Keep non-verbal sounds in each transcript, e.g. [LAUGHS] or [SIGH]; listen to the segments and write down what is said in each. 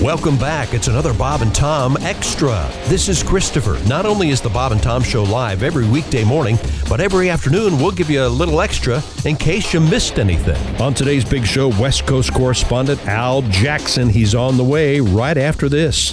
Welcome back. It's another Bob and Tom Extra. This is Christopher. Not only is the Bob and Tom Show live every weekday morning, but every afternoon we'll give you a little extra in case you missed anything. On today's big show, West Coast correspondent Al Jackson. He's on the way right after this.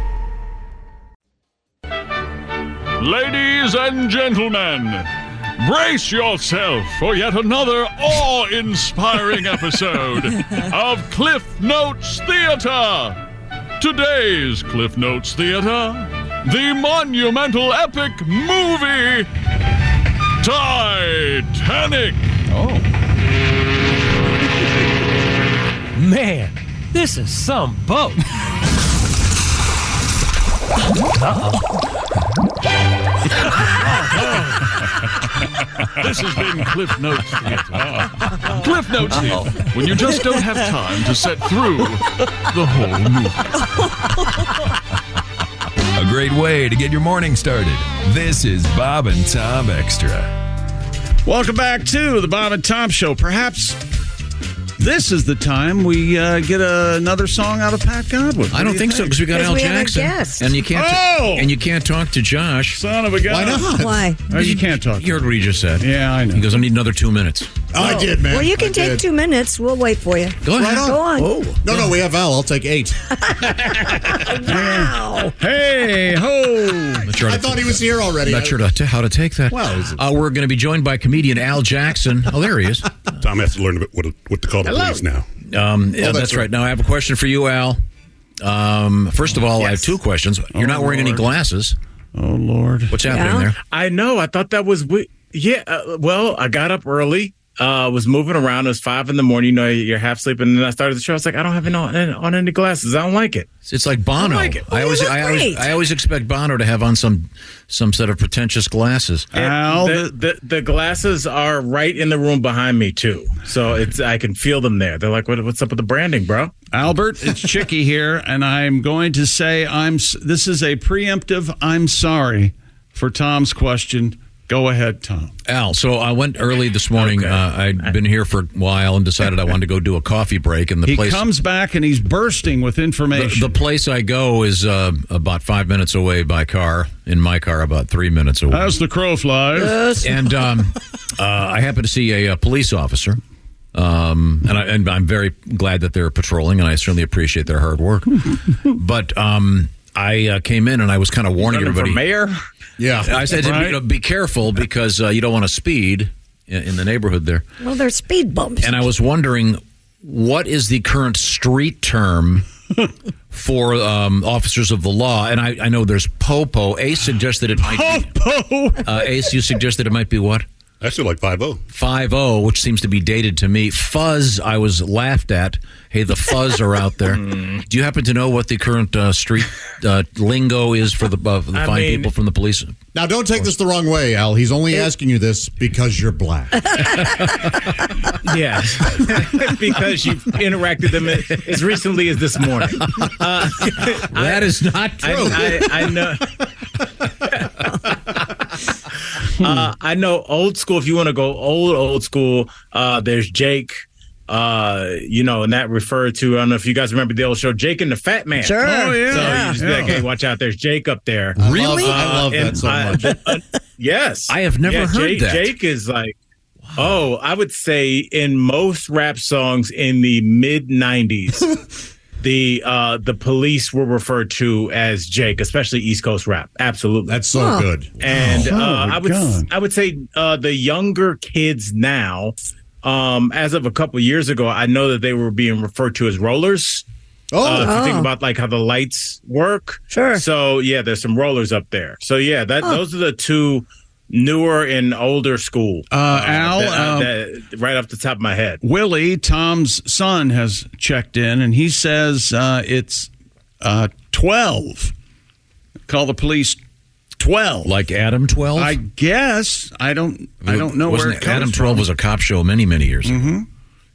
Ladies and gentlemen, brace yourself for yet another awe inspiring episode of Cliff Notes Theater. Today's Cliff Notes Theater, the monumental epic movie Titanic. Man, this is some boat. This has been Cliff Notes Theater. Cliff Notes Theater, when you just don't have time to set through the whole movie. A great way to get your morning started. This is Bob and Tom Extra. Welcome back to the Bob and Tom Show. Perhaps this is the time we uh, get another song out of Pat Godwin. I don't think so because we got 'Cause Al we have a Jackson, guest. and you can't Oh! and you can't talk to Josh. Son of a gun. Why not? Why? Oh, you can't talk. You heard what he just said. Yeah, I know. He goes, "I need another two minutes." I did, man. Well, you can I take did. two minutes. We'll wait for you. Go ahead. Oh. Go on. No, no, we have Al. I'll take eight. [LAUGHS] Wow. hey ho! I'm not sure how I to- thought he was here already. Not sure to, to- how to take that. Well, is it- uh, we're going to be joined by comedian Al Jackson. Oh, there he is. Tom has to learn about what, what to call the police now. Um, yeah, that's that's, right. Now I have a question for you, Al. Um, first of all, I have two questions. You're not wearing any glasses. Oh Lord! What's happening Yeah. there? I know. I thought that was we- yeah. Uh, well, I got up early. Uh, was moving around. It was five in the morning. You know, you're half sleeping. And then I started the show. I was like, I don't have any on, on any glasses. I don't like it. It's- It's like Bono. I like it. I you always, look I always, great. I always expect Bono to have on some, some set of pretentious glasses. Al, the, the the glasses are right in the room behind me too. So it's I can feel them there. They're like, what, what's up with the branding, bro? Albert, it's Chicky here, and I'm going to say I'm. s- This is a preemptive. I'm sorry for Tom's question. Go ahead, Tom. Al, so I went early this morning. Uh, I'd been here for a while and decided I wanted to go do a coffee break. And the He place, comes back and he's bursting with the, information. the place I go is uh, about five minutes away by car. In my car, about three minutes away. As the crow flies. [LAUGHS] and um, uh, I happened to see a, uh police officer, um, and, I, and I'm very glad that they're patrolling, and I certainly appreciate their hard [LAUGHS] work. but um, I uh, came in and I was kind of warning Running for everybody. mayor. Yeah. I said, you Right. know, be careful because uh, you don't want to speed in, in the neighborhood there. Well, there's speed bumps. And I was wondering, what is the current street term [LAUGHS] for um, officers of the law? And I, I know there's popo. Ace suggested it might. Popo. Be, uh, Ace, you suggested it might be what? I still like 5 0. Five O, which seems to be dated to me. Fuzz, I was laughed at. Hey, the fuzz are out there. Do you happen to know what the current uh, street uh, lingo is for the, uh, the I fine mean- people from the police? Now, don't take this the wrong way, Al. He's only asking you this because you're black. [LAUGHS] Yeah, [LAUGHS] because you interacted them as recently as this morning. [LAUGHS] Uh, that is not I, true. I, I [LAUGHS] know. Hmm. uh, I know old school. If you want to go old old school, uh, there's Jake. Uh, you know, and that referred to. I don't know if you guys remember the old show Jake and the Fat Man. Sure. Oh, yeah. So you just be like, Yeah. hey, watch out! There's Jake up there. really? I love, Uh, that and so I- much. uh, yes, I have never Yeah, heard Jake, that. Jake is like. Oh, I would say in most rap songs in the [LAUGHS] mid '90s, the uh, the police were referred to as Jake, especially East Coast rap. Absolutely, that's so Huh. good. And Wow. uh, Oh, I would God. I would say uh, the younger kids now, um, as of a couple years ago, I know that they were being referred to as rollers. Oh. Uh, if you think Oh. about like how the lights work. Sure. So yeah, there's some rollers up there. So yeah, that Huh. those are the two newer and older school. Uh, Al, that- um, that- right off the top of my head. Willie, Tom's son, has checked in, and he says uh, it's uh, twelve. Call the police. Twelve, like Adam Twelve. I guess I don't. I don't know Wasn't where it it- Adam comes Twelve from. Mm-hmm. was a cop show many many years ago.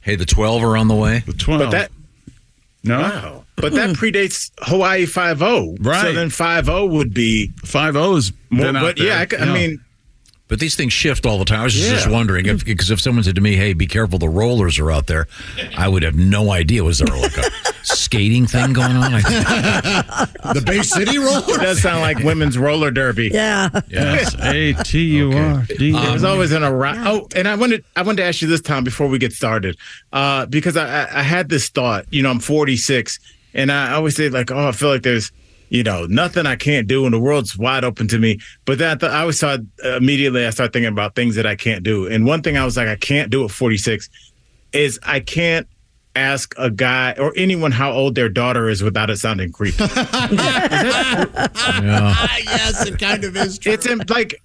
Hey, the Twelve are on the way. The Twelve. [LAUGHS] But that no. Wow. But that predates Hawaii Five O. Right. So then Five O would be Five O's. More, but yeah, I, c- I mean, But these things shift all the time. I was just, Yeah. just wondering if because if someone said to me, "Hey, be careful, the rollers are out there," I would have no idea. Was there [LAUGHS] like a skating thing going on? I the Bay City roller? does sound like women's roller derby. Yeah. Yes, A T U R D. It was always in a rock. Oh, and I wanted I wanted to ask you this time before we get started, uh, because I, I I had this thought. You know, I'm 46, and I always say like, oh, I feel like there's you know nothing I can't do, and the world's wide open to me. But then I, thought I always thought immediately I started thinking about things that I can't do, and one thing I was like, I can't do at 46 is I can't ask a guy or anyone how old their daughter is without it sounding creepy. Oh. [LAUGHS] yes, it kind of is It's in, like,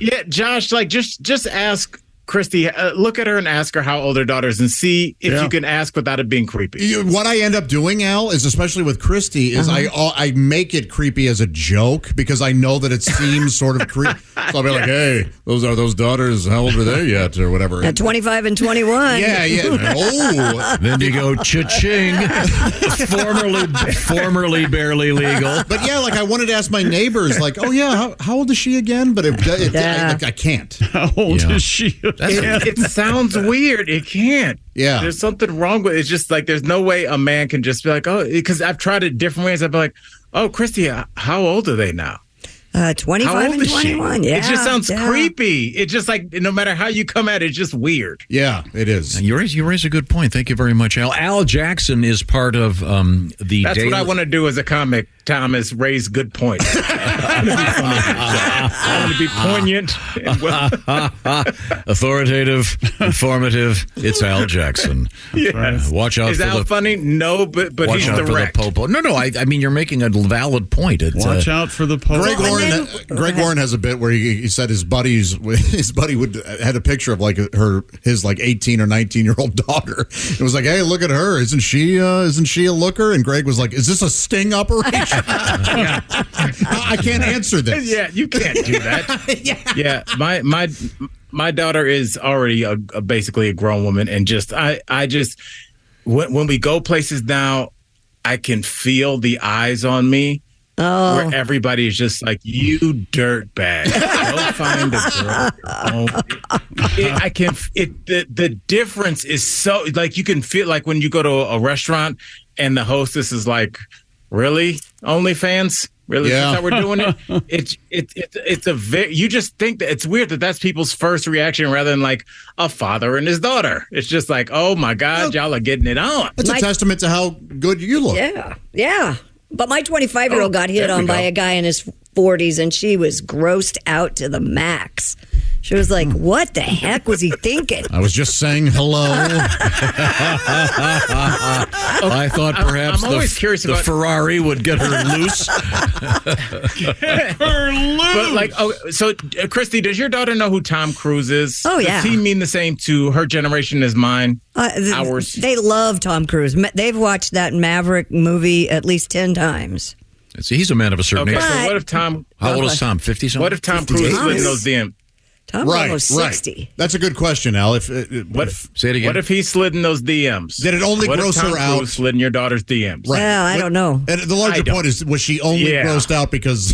yeah, Josh, like just just ask Christy, uh, look at her and ask her how old her daughter is, and see if Yeah. you can ask without it being creepy. You- what I end up doing, Al, is especially with Christy, is I all I make it creepy as a joke because I know that it seems sort of creepy. So I'll be like, "Hey, those are those daughters. How old are they yet, or whatever?" At 25 and 21. Yeah, yeah. Oh. Then you go cha-ching. formerly, formerly barely legal. But yeah, like I wanted to ask my neighbors, like, "Oh yeah, how, how old is she again?" But it, it, I, like, I can't. How old is she? It, it [LAUGHS] sounds weird. It can't. Yeah. There's something wrong with it. It's just like there's no way a man can just be like, oh, because I've tried it different ways. I'd be like, oh, Christy, uh, how old are they now? Uh, 25 How old and is she? 21. Yeah. It just sounds yeah. creepy. It just like no matter how you come at it, it's just weird. Yeah, it is. You raise, you raise a good point. Thank you very much, Al. Al Jackson is part of um, the. That's Daily- what I want to do as a comic, Thomas. Raise [LAUGHS] good points. I want to be funny. I want to be poignant. And [LAUGHS] well- Authoritative, informative. It's Al Jackson. Yes. Uh, watch out Is for Al the. funny? No, but but watch he's out direct. for the popo. No, no. I, I mean, you're making a valid point. It's, uh, Watch out for the Pope. Greg Warren, uh, Greg Warren has a bit where he, he said his buddies, his buddy would had a picture of like her, his like eighteen or nineteen year old [LAUGHS] daughter. It was like, hey, look at her, isn't she? Uh, isn't she a looker? And Greg was like, is this a sting [LAUGHS] operation? I can't answer this. Yeah, you can't do that. yeah. my my my daughter is already a, a- basically a grown woman, and just I I just when when we go places now, I can feel the eyes on me. Oh. Where everybody is just like you, dirtbag. Go find a girl. Oh, it, I can. f- It the the difference is so like you can feel like when you go to a, a restaurant and the hostess is like, "Really, OnlyFans? Really? Yeah. That's how we're doing it? It's it, it it's a very. You just think that it's weird that that's people's first reaction rather than like a father and his daughter. It's just like, oh my god, y'all are getting it on. That's a testament to how good you look. Oh, Yeah. Yeah. But my 25 year old got hit there we on by go. a guy in his 40s and she was grossed out to the max. She was like, what the heck was he thinking? Hmm. I was just saying [LAUGHS] hello. I thought I'm- perhaps I'm the, always curious the about- Ferrari would get her loose. [LAUGHS] But like, oh, so uh, Christy, does your daughter know who Tom Cruise is? Oh, yeah. Does he mean the same to her generation as mine? Uh, th- Ours. They love Tom Cruise. Ma- They've watched that Maverick movie at least 10 times. See, he's a man of a certain Okay, age. so what if Tom? How old is Tom? Fifty something. What if Tom Cruise lived in those damn? Tom's almost 60. That's a good question, Al. If, uh, if What if, Say it again. What if he slid in those DMs? Did it only what gross if Tom her out? Cruise slid in your daughter's DMs. Well, I What- don't know. And the larger I don't. point is, was she only Yeah. grossed out because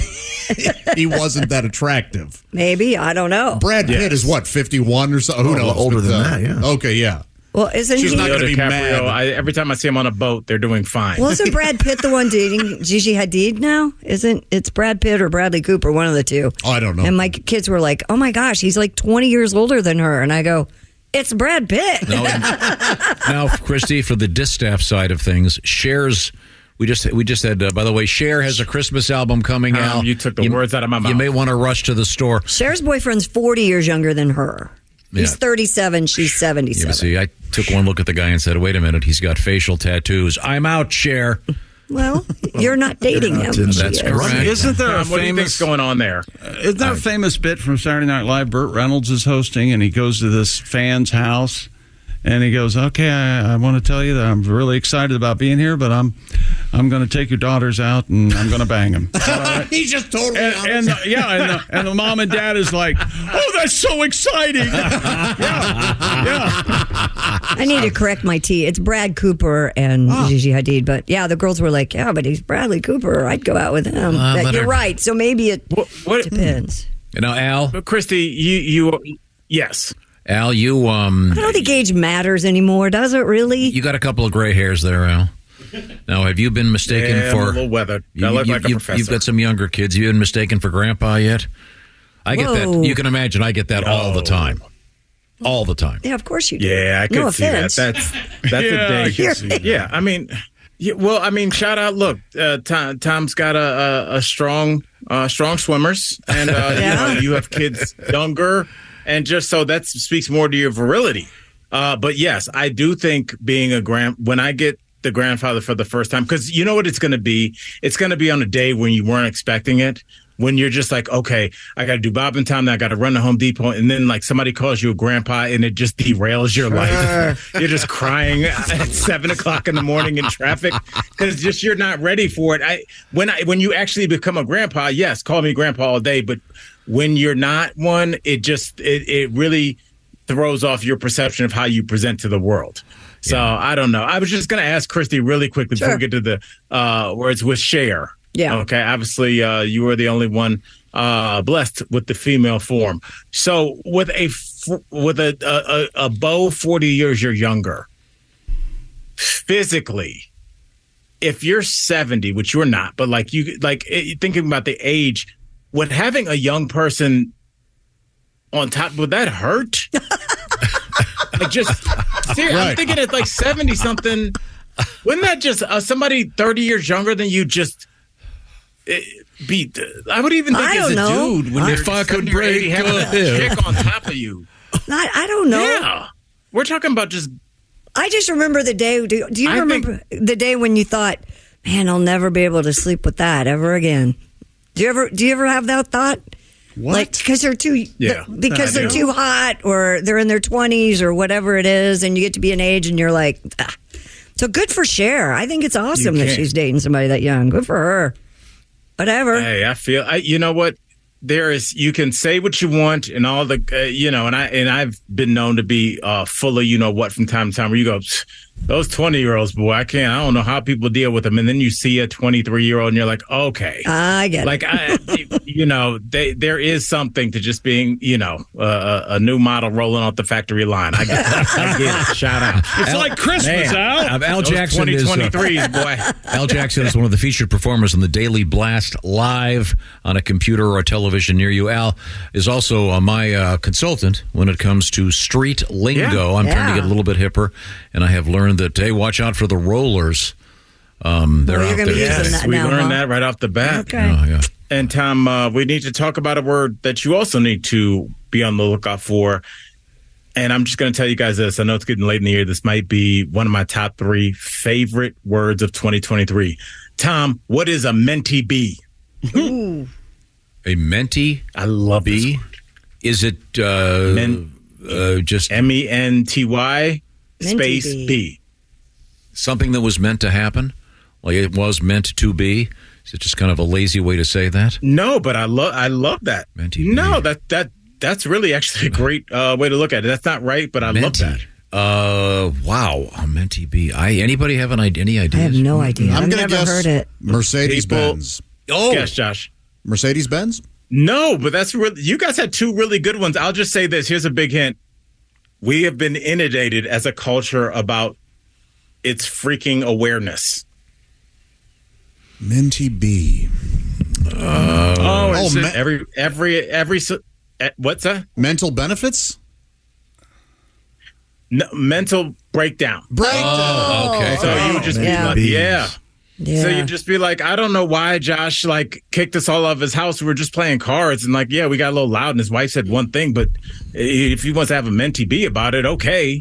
he wasn't that attractive? Maybe. I don't know. Brad Pitt is what fifty one or so. Who knows? Oh, older But, than uh, that, yeah. Okay, yeah. Well, isn't She's he? not gonna be DiCaprio, mad. I, every time I see him on a boat, they're doing fine. Well, isn't Brad Pitt the one dating Gigi Hadid now? Isn't it's Brad Pitt or Bradley Cooper, one of the two? Oh, I don't know. And my kids were like, "Oh my gosh, he's like 20 years older than her," and I go, It's Brad Pitt. No, now, Christy, for the distaff side of things, shares. We just we just had. Uh, by the way, Cher has a Christmas album coming Um, out. you took the words out of my You mouth. may want to rush to the store. Cher's boyfriend's 40 years younger than her. He's Yeah. 37, she's You 77. see, I took one look at the guy and said, "Wait a minute, he's got facial tattoos." I'm out, Cher. Well, you're not dating him. That's She is. correct. Isn't there a Tom, [LAUGHS] what do you think's famous going on there? Isn't there a famous bit from Saturday Night Live? Burt Reynolds is hosting, and he goes to this fan's house, and he goes, "Okay, I, I want to tell you that I'm really excited about being here, but I'm, I'm going to take your daughters out, and I'm going to bang them." He's just totally out of and his- the- yeah, and the, and the mom and dad is like, "Oh, that's so exciting!" I need to correct my T. It's Brad Cooper and Gigi Hadid. But yeah, the girls were like, yeah, but he's Bradley Cooper. I'd go out with him. Uh, But let you're her- right. So maybe it depends. You know, Al. But Christy, you you yes, Al, you um, I don't think age matters anymore, does it really? you got a couple of gray hairs there, Al. Now, have you been mistaken Yeah, I'm for a little weathered. I You, look you- like a you- You've professor. got some younger kids. You been mistaken for grandpa yet? I get Whoa. that. You can imagine. I get that all the time. All the time. Yeah, of course you do. Yeah, I could no see that. offense. That's that's Yeah, I a danger. could see that. Yeah, I mean, yeah, well, I mean, shout out. Look, uh, Tom, Tom's got a a, a strong uh, strong swimmers, and uh, [LAUGHS] you know you have kids younger, and just so that speaks more to your virility. Uh, but yes, I do think being a grand when I get the grandfather for the first time because you know what it's going to be. It's going to be on a day when you weren't expecting it. When you're just like, okay, I got to do Bob and Tom, then I got to run to Home Depot, and then like somebody calls you a grandpa, and it just derails your life. [LAUGHS] you're just crying at seven o'clock in the morning in traffic because just you're not ready for it. I when I when you actually become a grandpa, yes, call me grandpa all day, but when you're not one, it just it it really throws off your perception of how you present to the world. So I don't know. I was just going to ask Christy really quickly before we get to the uh, where it's with share. Yeah. Okay. Obviously, uh, you were the only one uh, blessed with the female form. So with a f- with a a, a, a bow forty years you're younger, physically, if you're 70 which you're not but like you like eh, thinking about the age would having a young person on top would that hurt [LAUGHS] like just seriously i'm Right. thinking it's like 70 something wouldn't that just uh, somebody 30 years younger than you just eh, be i would even think I as don't a know. dude when I- you're If I could 70 or 80 break having up a here. chick on top of you Not, [LAUGHS] I don't know. yeah we're talking about just I just remember the day. Do, do you I remember the day when you thought, "Man, I'll never be able to sleep with that ever again"? Do you ever? Do you ever have that thought? What? Like because they're too Yeah, the- because I they're do. too hot or they're in their twenties or whatever it is, and you get to be an age and you're like, ah. so good for Cher. I think it's awesome that can't. she's dating somebody that young. Good for her. Whatever. Hey, I feel. I, you know what? There is. You can say what you want, and all the. Uh, you know, and I and I've been known to be uh, full of you know what from time to time. Where you go, "Psh, those twenty year olds, boy, I can't. I don't know how people deal with them. And then you see a twenty three year old, and you're like, okay, I get it. Uh, like I, you know, they, there is something to just being, you know, uh, a a new model rolling off the factory line. I get, it. I get it. Shout out. It's like Christmas, Al. Al Those Jackson is, uh, 2023s, [LAUGHS] boy. Al Jackson is one of the featured performers on the Daily Blast live on a computer or a television near you. Al is also uh, my uh, consultant when it comes to street lingo. Yeah. I'm trying to Yeah. get a little bit hipper, and I have learned that hey, watch out for the rollers. Um, they're Well, you're out gonna there. be using today. that we now, learned huh? Oh, that right off the bat. Okay. yeah. And Tom, uh, we need to talk about a word that you also need to be on the lookout for. And I'm just going to tell you guys this. I know it's getting late in the year. This might be one of my top three favorite words of 2023. Tom, what is a mentee bee? Ooh. A menti. I love bee. Is it uh, uh, just M E N T Y space bee. bee? something that was meant to happen? Like it was meant to be? Is it just kind of a lazy way to say that? No, but I love I love that. no, that that that's really actually a great uh, way to look at it. That's not right, but I love that. Uh, wow, a mentee bee. I anybody have an id- any idea? I have no idea. I'm I've gonna never guess heard it. Mercedes Mercedes-Benz. Oh, Yes, Josh. Mercedes Benz? No, but that's really, you guys had two really good ones. I'll just say this. Here's a big hint. We have been inundated as a culture about its freaking awareness. Minty B. oh, oh, it's me- every every every s- eh, what's that? Mental benefits? n- mental breakdown. Breakdown. Oh, okay. So you would just be Yeah. like, Beans. yeah. So Yeah. you'd just be like, I don't know why Josh like kicked us all out of his house. We were just playing cards and like, yeah, we got a little loud and his wife said one thing, but if he wants to have a mentee bee about it, okay.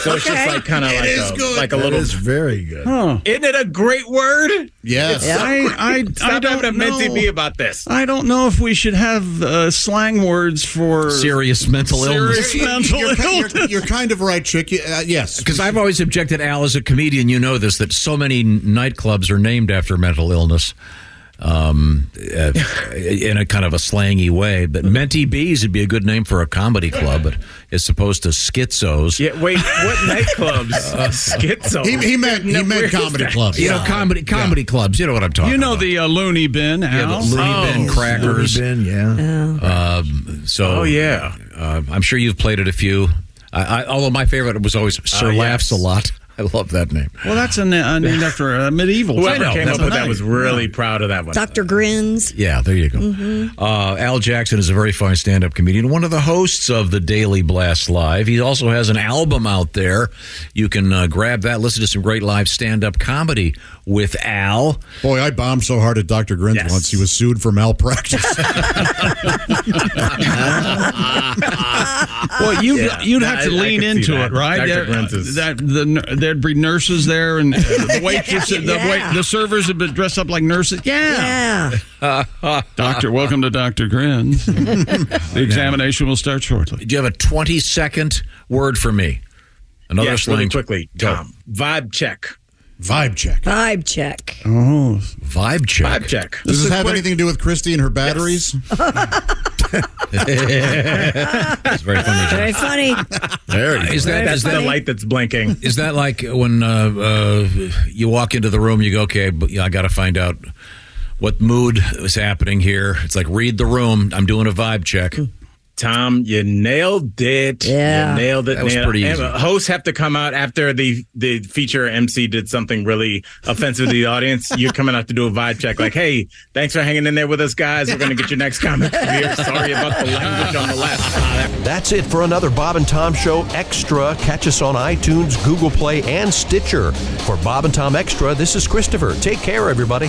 So it's just like kind of It like is a, good. like a That little is very good. Isn't it a great word? Yes. It's so I, great. [LAUGHS] I, Stop I don't having a mentee know. bee about this. I don't know if we should have uh, slang words for serious mental illness. Serious [LAUGHS] mental you're, illness. you're- you're kind of right, Chick. You- Uh, yes. Because I've always objected, Al, as a comedian, you know this, that so many n- nightclubs are named after mental illness um, uh, in a kind of a slangy way. But Mentee Bees would be a good name for a comedy club, but as opposed to schizos. Yeah, wait, what nightclubs? Schizo. He- he meant- he meant where is comedy that? clubs. You know, comedy comedy clubs. You know what I'm talking You know the Oh. uh, loony bin, about. Yeah, Al. the Looney Bin crackers. yeah. Um, so, Oh, yeah. uh, I'm sure you've played at a few. I, I, although my favorite was always Sir Laughs a lot. [LAUGHS] I love that name. Well, that's a, na- uh, named after a medieval. Whoever title. came That's up with a that name. was Really proud of that one. Dr. Grins. Yeah, there you go. Mhm. Uh, Al Jackson is a very fine stand up comedian, one of the hosts of the Daily Blast Live. He also has an album out there. You can uh, grab that, listen to some great live stand up comedy with Al. Boy, I bombed so hard at Dr. Grin's once. He was sued for malpractice. Well, you Yeah. you'd No, have to I- I lean could see into that. it, right? Dr. There- uh, Grins is- that the nur- there'd be nurses there, and [LAUGHS] uh, the waitresses, Yeah. the wait, the servers would be dressed up like nurses. Yeah, yeah. Doctor, welcome to Doctor Grins. [LAUGHS] the examination will start shortly. Do you have a twenty second word for me? Another Yes, slang really quickly, Go. Tom. Vibe check. Vibe check. Vibe check. Oh, vibe check. Vibe check. Does this have anything to do with Christy and her batteries? It's very funny. [LAUGHS] John. Very funny. There it is. Is that, That's is that the light that's blinking. Is that like when uh, uh, you walk into the room, you go, okay, but yeah, I got to find out what mood is happening here. It's like read the room. I'm doing a vibe check. Tom, you nailed it. Yeah. You nailed it. That was nailed it. pretty And easy. Hosts have to come out after the, the feature MC did something really offensive to the audience. You're coming out to do a vibe check, like, hey, thanks for hanging in there with us, guys. We're going to get your next comic here. Sorry about the language on the left. That's it for another Bob and Tom Show Extra. Catch us on iTunes, Google Play, and Stitcher. For Bob and Tom Extra, this is Christopher. Take care, everybody.